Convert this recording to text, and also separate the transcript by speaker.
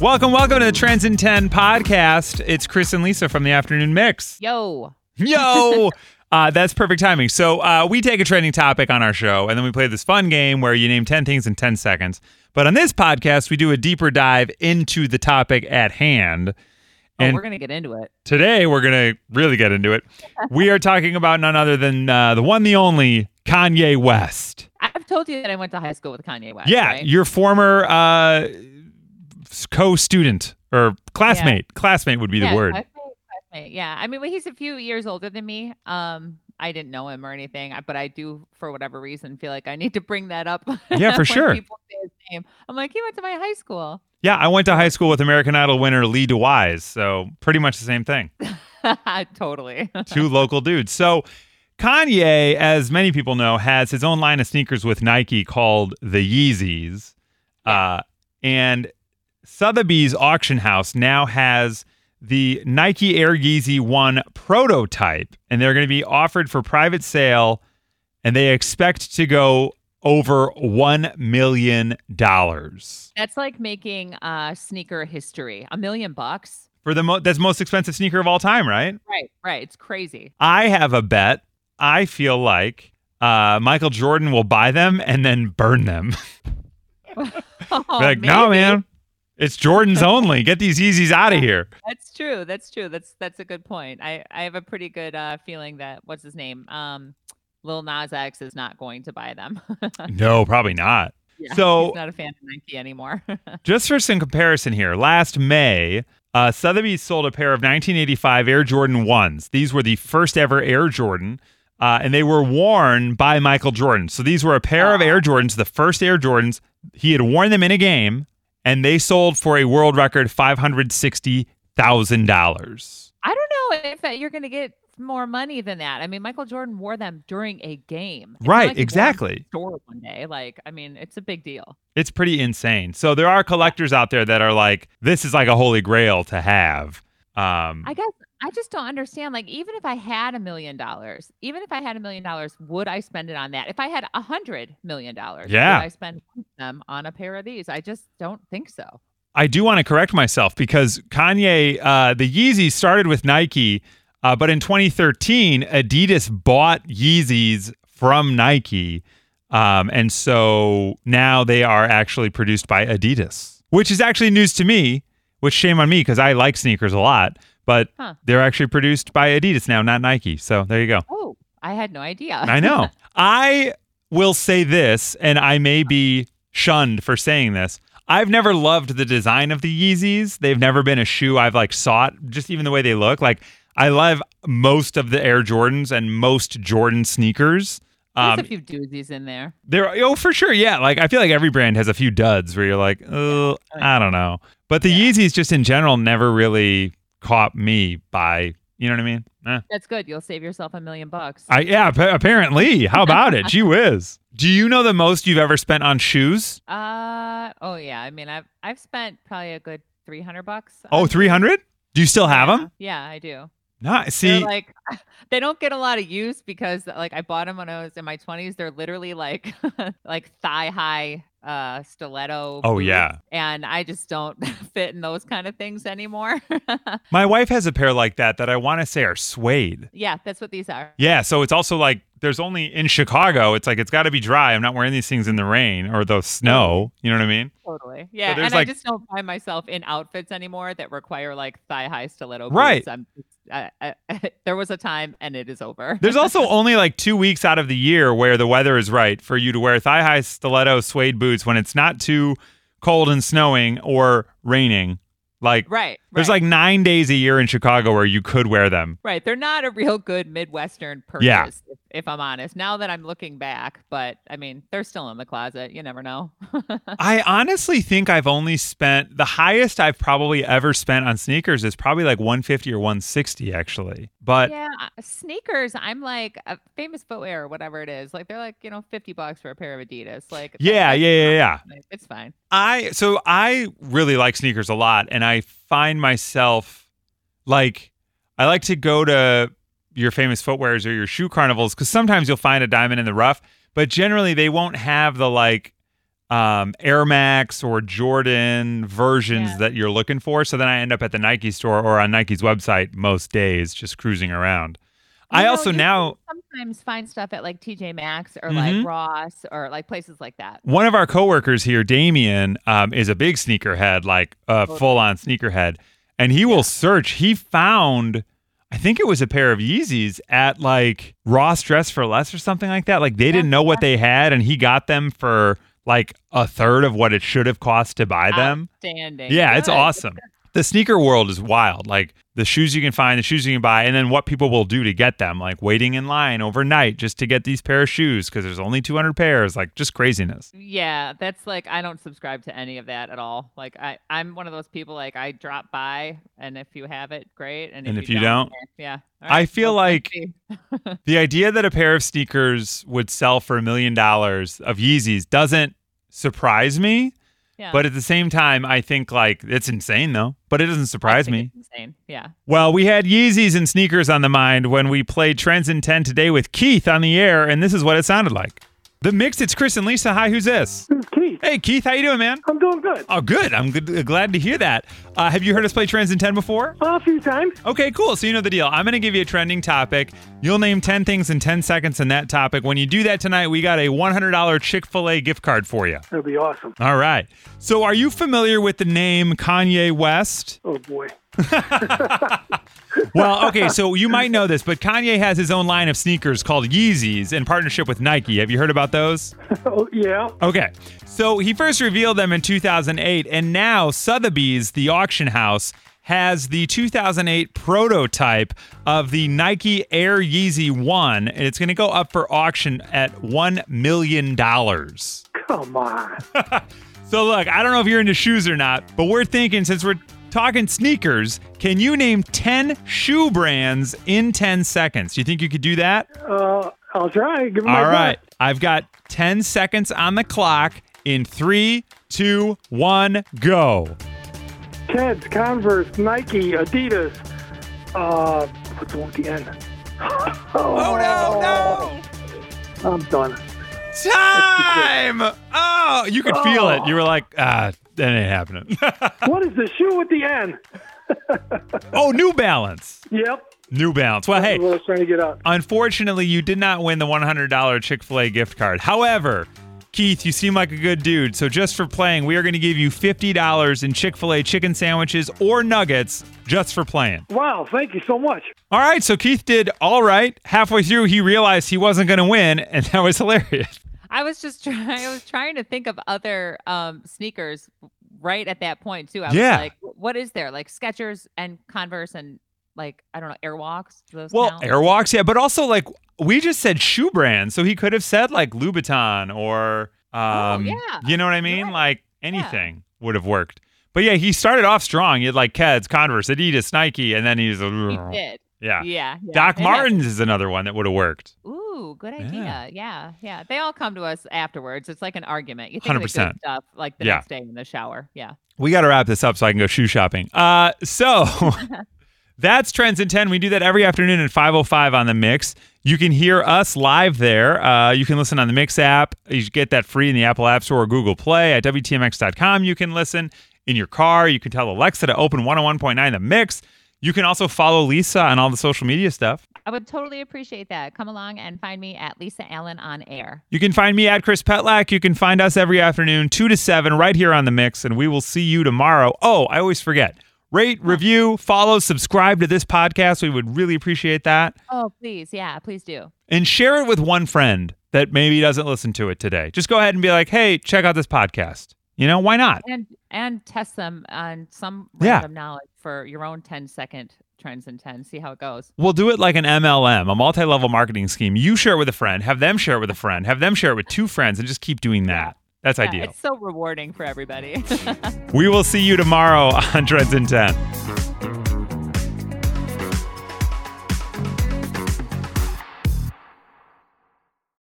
Speaker 1: Welcome, welcome to the Trends in 10 podcast. It's Chris and Lisa from the Afternoon Mix.
Speaker 2: Yo. oh,
Speaker 1: Yo! Uh, that's perfect timing. So, uh, we take a trending topic on our show, and then we play this fun game where you name 10 things in 10 seconds. But on this podcast, we do a deeper dive into the topic at hand.
Speaker 2: Oh,
Speaker 1: And-
Speaker 2: we're gonna get into it.
Speaker 1: Today, we're going to really get into it. We are talking about none other than uh, the one, the only Kanye West.
Speaker 2: I've told you that I went to high school with Kanye West.
Speaker 1: Yeah,
Speaker 2: right?
Speaker 1: your former uh, s- co-student or classmate. Classmate would be
Speaker 2: Yeah,
Speaker 1: the word.
Speaker 2: classmate, classmate. Yeah, I mean, well, he's a few years older than me. Um, I didn't know him or anything, I- but I do, for whatever reason, feel like I need to bring that up.
Speaker 1: Yeah, for
Speaker 2: when
Speaker 1: sure.
Speaker 2: People say his name. I'm like, he went to my high school.
Speaker 1: yeah, I went to high school with American Idol winner Lee DeWise, so pretty much the same thing.
Speaker 2: totally.
Speaker 1: Two local dudes. So Kanye, as many people know, has his own line of sneakers with Nike called the Yeezys, uh, and Sotheby's auction house now has the Nike Air Yeezy One prototype, and they're going to be offered for private sale. and they expect to go over one million dollars
Speaker 2: That's like making uh sneaker history. A million bucks.
Speaker 1: for the mo- that's the most expensive sneaker of all time, right?
Speaker 2: Right. Right. It's crazy.
Speaker 1: I have a bet. I feel like uh, Michael Jordan will buy them and then burn them.
Speaker 2: Oh,
Speaker 1: Be like, no,
Speaker 2: maybe.
Speaker 1: man, it's Jordan's only. Get these Yeezys out of here.
Speaker 2: That's true. That's true. That's that's a good point. I I have a pretty good uh feeling that what's his name? Um Lil Nas X is not going to buy them.
Speaker 1: No, probably not.
Speaker 2: Yeah,
Speaker 1: So-
Speaker 2: he's not a fan of Nike anymore.
Speaker 1: Just for some comparison here, last May, uh, Sotheby's sold a pair of 1985 Air Jordan 1s. These were the first ever Air Jordan, uh, and they were worn by Michael Jordan. So these were a pair of
Speaker 2: Aw.
Speaker 1: Air Jordans, the first Air Jordans. He had worn them in a game, and they sold for a world record $560,000.
Speaker 2: I don't know if that you're gonna get more money than that. I mean, Michael Jordan wore them during a game. It's not
Speaker 1: Right,
Speaker 2: like he wore 'em
Speaker 1: exactly.
Speaker 2: in a Store one day. Like, I mean, it's a big deal.
Speaker 1: It's pretty insane. So there are collectors out there that are like, this is like a holy grail to have. Um,
Speaker 2: I guess I just don't understand. Like, even if I had a million dollars, even if I had a million dollars, would I spend it on that? If I had a hundred million dollars,
Speaker 1: Yeah.
Speaker 2: would I spend them on a pair of these? I just don't think so.
Speaker 1: I do want to correct myself because Kanye, uh, the Yeezys started with Nike, uh, but in 2013, Adidas bought Yeezys from Nike. Um, and so now they are actually produced by Adidas, which is actually news to me, which shame on me because I like sneakers a lot, but
Speaker 2: Huh.
Speaker 1: they're actually produced by Adidas now, not Nike. So there you go.
Speaker 2: Oh, I had no idea.
Speaker 1: I know. I will say this, and I may be shunned for saying this. I've never loved the design of the Yeezys. They've never been a shoe I've like sought, just even the way they look. Like I love most of the Air Jordans and most Jordan sneakers.
Speaker 2: There's
Speaker 1: Um,
Speaker 2: a few doozies in there.
Speaker 1: there, oh, for sure, yeah. Like I feel like every brand has a few duds where you're like, oh, I don't know. But the
Speaker 2: Yeah.
Speaker 1: Yeezys, just in general, never really caught me by. You know what I mean? Eh.
Speaker 2: That's good. You'll save yourself a million bucks.
Speaker 1: I yeah, appa- apparently. How about it? Gee whiz. Do you know the most you've ever spent on shoes?
Speaker 2: uh oh yeah. I mean, I've I've spent probably a good three hundred bucks.
Speaker 1: Oh,
Speaker 2: on-
Speaker 1: 300? Do you still have
Speaker 2: yeah.
Speaker 1: them?
Speaker 2: Yeah, I do.
Speaker 1: No,
Speaker 2: They're
Speaker 1: see,
Speaker 2: like they don't get a lot of use because like I bought them when I was in my twenties. They're literally like like thigh high uh stiletto.
Speaker 1: Oh,
Speaker 2: boots,
Speaker 1: yeah.
Speaker 2: And I just don't fit in those kind of things anymore.
Speaker 1: my wife has a pair like that that I want to say are suede.
Speaker 2: yeah, that's what these are.
Speaker 1: Yeah, so it's also like there's only in Chicago, it's like it's got to be dry. I'm not wearing these things in the rain or the snow. You know what I mean?
Speaker 2: Totally. Yeah.
Speaker 1: there's,
Speaker 2: and
Speaker 1: like-
Speaker 2: I just don't find myself in outfits anymore that require like thigh high stiletto.
Speaker 1: Right.
Speaker 2: Boots. I'm, I, I, there was a time and it is over.
Speaker 1: There's also only like two weeks out of the year where the weather is right for you to wear thigh high stiletto suede boots when it's not too cold and snowing or raining. Like,
Speaker 2: right.
Speaker 1: There's
Speaker 2: right,
Speaker 1: like nine days a year in Chicago where you could wear them.
Speaker 2: right. They're not a real good Midwestern purchase,
Speaker 1: Yeah.
Speaker 2: if, if I'm honest, now that I'm looking back. But I mean, they're still in the closet. You never know.
Speaker 1: I honestly think I've only spent the highest I've probably ever spent on sneakers is probably like 150 or 160 actually. But
Speaker 2: yeah. uh, Sneakers, I'm like a famous footwear or whatever it is. Like they're like, you know, 50 bucks for a pair of Adidas. Like, that-
Speaker 1: Yeah,
Speaker 2: that's
Speaker 1: yeah, yeah,
Speaker 2: not-
Speaker 1: yeah.
Speaker 2: like, It's fine.
Speaker 1: I so I really like sneakers a lot and I find myself like I like to go to your famous footwears or your shoe carnivals cuz sometimes you'll find a diamond in the rough, but generally they won't have the like um, Air Max or Jordan versions
Speaker 2: Yeah.
Speaker 1: that you're looking for. So then I end up at the Nike store or on Nike's website most days, just cruising around.
Speaker 2: You
Speaker 1: I
Speaker 2: know,
Speaker 1: also
Speaker 2: you
Speaker 1: now
Speaker 2: can sometimes find stuff at like TJ Maxx or
Speaker 1: Mhm.
Speaker 2: like Ross or like places like that.
Speaker 1: one of our coworkers here, Damien, um, is a big sneakerhead, like uh,
Speaker 2: Totally.
Speaker 1: full on sneakerhead, and he will search. He found, I think it was a pair of Yeezys at like Ross Dress for Less or something like that. Like they didn't know what they had, and he got them for like a third of what it should have cost to buy them.
Speaker 2: Ah, Outstanding.
Speaker 1: Yeah, it's
Speaker 2: Good.
Speaker 1: awesome. The sneaker world is wild. Like the shoes you can find, the shoes you can buy, and then what people will do to get them, like waiting in line overnight just to get these pair of shoes because there's only 200 pairs, like just craziness.
Speaker 2: Yeah, that's like I don't subscribe to any of that at all. Like I, I'm one of those people like I drop by, and if you have it, great. And,
Speaker 1: And
Speaker 2: if,
Speaker 1: if you don't,
Speaker 2: eh, yeah. All
Speaker 1: I feel
Speaker 2: well,
Speaker 1: like
Speaker 2: see.
Speaker 1: The idea that a pair of sneakers would sell for a million dollars of Yeezys doesn't surprise me,
Speaker 2: yeah.
Speaker 1: but at the same time, I think like it's insane though. But it doesn't
Speaker 2: I
Speaker 1: surprise
Speaker 2: think
Speaker 1: me.
Speaker 2: it's Insane. Yeah.
Speaker 1: Well, we had Yeezys and sneakers on the mind when we played Trends in 10 today with Keith on the air, and this is what it sounded like. The mix, it's Chris and Lisa. Hi, who's this?
Speaker 3: This is Keith.
Speaker 1: Hey, Keith, how you doing, man?
Speaker 3: I'm doing good.
Speaker 1: Oh, good. I'm good, glad to hear that. Uh, have you heard us play Trends in 10 before?
Speaker 3: A few times.
Speaker 1: Okay, cool. So you know the deal. I'm going to give you a trending topic. You'll name 10 things in 10 seconds in that topic. When you do that tonight, we got a $100 Chick fil A gift card for you.
Speaker 3: That'd be awesome.
Speaker 1: All right. So are you familiar with the name Kanye West?
Speaker 3: Oh boy.
Speaker 1: Well, okay, so you might know this, but Kanye has his own line of sneakers called Yeezys in partnership with Nike. Have you heard about those?
Speaker 3: Oh yeah.
Speaker 1: Okay. So he first revealed them in 2008, and now Sotheby's, the auction house, has the 2008 prototype of the Nike Air Yeezy 1, and it's going to go up for auction at $1 million.
Speaker 3: Come on.
Speaker 1: So, look, I don't know if you're into shoes or not, but we're thinking since we're talking sneakers, can you name 10 shoe brands in 10 seconds? Do you think you could do that?
Speaker 3: Uh, I'll try. Give it my
Speaker 1: All right.
Speaker 3: best.
Speaker 1: I've got 10 seconds on the clock in three, two, one, go.
Speaker 3: Keds, Converse, Nike, Adidas. Uh, what's the one at the end? Oh, no! Oh, I'm done.
Speaker 1: Time. Oh, you could feel it. You were like, ah, that ain't happening.
Speaker 3: What is the shoe at the end?
Speaker 1: oh, New Balance.
Speaker 3: Yep.
Speaker 1: New Balance. Well, hey,
Speaker 3: That's what I was trying to get out.
Speaker 1: unfortunately, you did not win the $100 Chick fil A gift card. However, Keith, you seem like a good dude. So just for playing, we are going to give you $50 in Chick fil A chicken sandwiches or nuggets just for playing.
Speaker 3: Wow. Thank you so much.
Speaker 1: All right, so Keith did all right. Halfway through, he realized he wasn't going to win, and that was hilarious.
Speaker 2: I was just trying. I was trying to think of other um sneakers right at that point too. I was
Speaker 1: Yeah.
Speaker 2: like, what is there? Like Skechers and Converse and like I don't know Airwalks. Do Those
Speaker 1: Well,
Speaker 2: count?
Speaker 1: Airwalks, yeah, but also like we just said shoe brands, so he could have said like Louboutin or, um,
Speaker 2: Oh, yeah.
Speaker 1: you know what I mean?
Speaker 2: right.
Speaker 1: Like anything would have worked. But yeah, he started off strong. He had like Keds, Converse, Adidas, Nike, and then he's
Speaker 2: he
Speaker 1: yeah.
Speaker 2: did.
Speaker 1: yeah.
Speaker 2: Yeah. yeah,
Speaker 1: Doc
Speaker 2: And that-
Speaker 1: Martens is another one that would have worked.
Speaker 2: Ooh, good
Speaker 1: Yeah.
Speaker 2: idea. Yeah. yeah, They all come to us afterwards. It's like an argument. You think of the
Speaker 1: 100%.
Speaker 2: good stuff like the
Speaker 1: Yeah.
Speaker 2: next day in the shower. Yeah.
Speaker 1: we got to wrap this up so I can go shoe shopping. Uh, so that's Trends in 10. We do that every afternoon at 5.05 on The Mix. You can hear us live there. Uh, you can listen on the Mix app. You should get that free in the Apple App Store or Google Play. At WTMX.com, you can listen in your car. You can tell Alexa to open 101.9 The Mix. You can also follow Lisa on all the social media stuff.
Speaker 2: I would totally appreciate that. Come along and find me at Lisa Allen on air.
Speaker 1: You can find me at Chris Petlak. You can find us every afternoon, 2 to 7, right here on The Mix, and we will see you tomorrow. Oh, I always forget. Rate, review, follow, subscribe to this podcast. We would really appreciate that.
Speaker 2: Oh, please. Yeah, please do.
Speaker 1: And share it with one friend that maybe doesn't listen to it today. Just go ahead and be like, hey, check out this podcast. You know, why not?
Speaker 2: And and test them on some
Speaker 1: Yeah.
Speaker 2: random knowledge for your own 10 second trends in 10. See how it goes.
Speaker 1: We'll do it like an MLM, a multi level marketing scheme. You share it with a friend, have them share it with a friend, have them share it with two friends, and just keep doing that. That's
Speaker 2: Yeah,
Speaker 1: ideal.
Speaker 2: It's so rewarding for everybody.
Speaker 1: We will see you tomorrow on Dreads in 10.